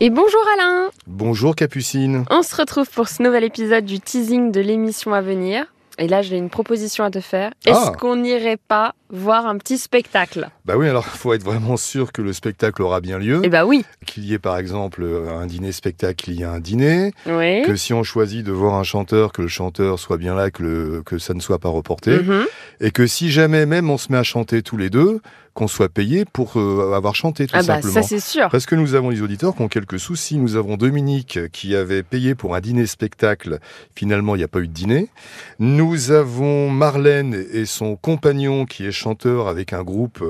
Et bonjour Alain Bonjour Capucine. On se retrouve pour ce nouvel épisode du teasing de l'émission à venir. Et là, j'ai une proposition à te faire. Est-ce Ah. qu'on n'irait pas voir un petit spectacle Bah oui, alors faut être vraiment sûr que le spectacle aura bien lieu, Eh bah oui qu'il y ait par exemple euh, un dîner spectacle, il y a un dîner, Oui que si on choisit de voir un chanteur, que le chanteur soit bien là, que, le- que ça ne soit pas reporté, Mhm. et que si jamais même on se met à chanter tous les deux, qu'on soit payé pour euh, avoir chanté tout Ah bah simplement. ça c'est sûr Parce que nous avons des auditeurs qui ont quelques soucis. Nous avons Dominique qui avait payé pour un dîner spectacle. Finalement, il n'y a pas eu de dîner. Nous avons Marlène et son compagnon qui est chanteur avec un groupe.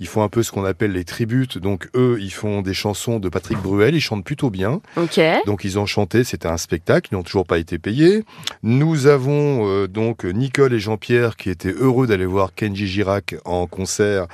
Ils font un peu ce qu'on appelle les tributes. Donc eux, ils font des chansons de Patrick Bruel. Ils chantent plutôt bien. Ok Ah, Donc ils ont chanté, c'était un spectacle, ils n'ont toujours pas été payés. Nous avons euh, donc Nicole et Jean-Pierre qui étaient heureux d'aller voir Kenji Girac en concert.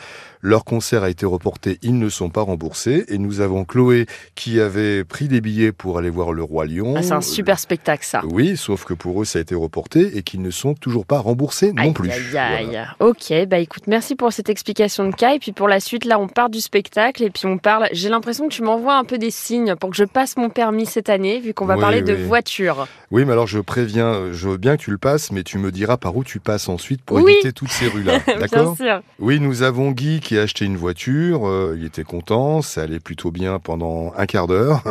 Leur concert a été reporté, ils ne sont pas remboursés. Et nous avons Chloé qui avait pris des billets pour aller voir le Roi Lion. Euh, Ah, C'est un super spectacle ça Oui, sauf que pour eux ça a été reporté et qu'ils ne sont toujours pas remboursés non Aïe, plus. aïe, aïe. Voilà. Ok, bah écoute, merci pour cette explication de cas. Et puis pour la suite, là, on part du spectacle et puis on parle. J'ai l'impression que tu m'envoies un peu des signes pour que je passe mon permis cette année, vu qu'on va Oui, parler de oui. voiture. Oui, mais alors je préviens, je veux bien que tu le passes, mais tu me diras par où tu passes ensuite pour Oui. éviter toutes ces rues-là. D'accord Bien sûr. Oui, nous avons Guy qui a acheté une voiture. euh, il était content, ça allait plutôt bien pendant un quart d'heure.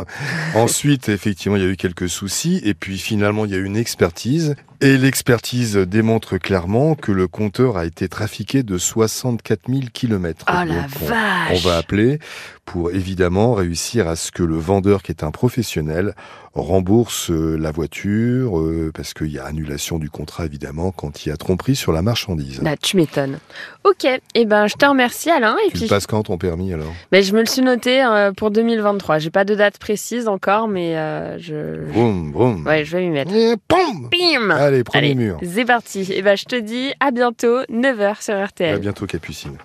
Ensuite, effectivement, il y a eu quelques soucis. Et puis finalement, il y a eu une expertise. Et l'expertise démontre clairement que le compteur a été trafiqué de 64 000 kilomètres. Oh la Donc, on- vache on va appeler pour évidemment réussir à ce que le vendeur, qui est un professionnel, rembourse euh, la voiture, euh, parce qu'il y a annulation du contrat évidemment quand il y a tromperie sur la marchandise. Là, Bah, tu m'étonnes. Ok, et ben je te remercie Alain. Et Tu puis, le passes quand ton permis alors ben, je me le suis noté euh, pour 2023. J'ai pas de date précise encore, mais euh, je, Vroom, vroom. ouais, je vais m'y mettre. Et pom Bim Eh Allez, premier Allez, mur. c'est parti. Et ben je te dis à bientôt, 9h sur RTL. À bientôt, Capucine.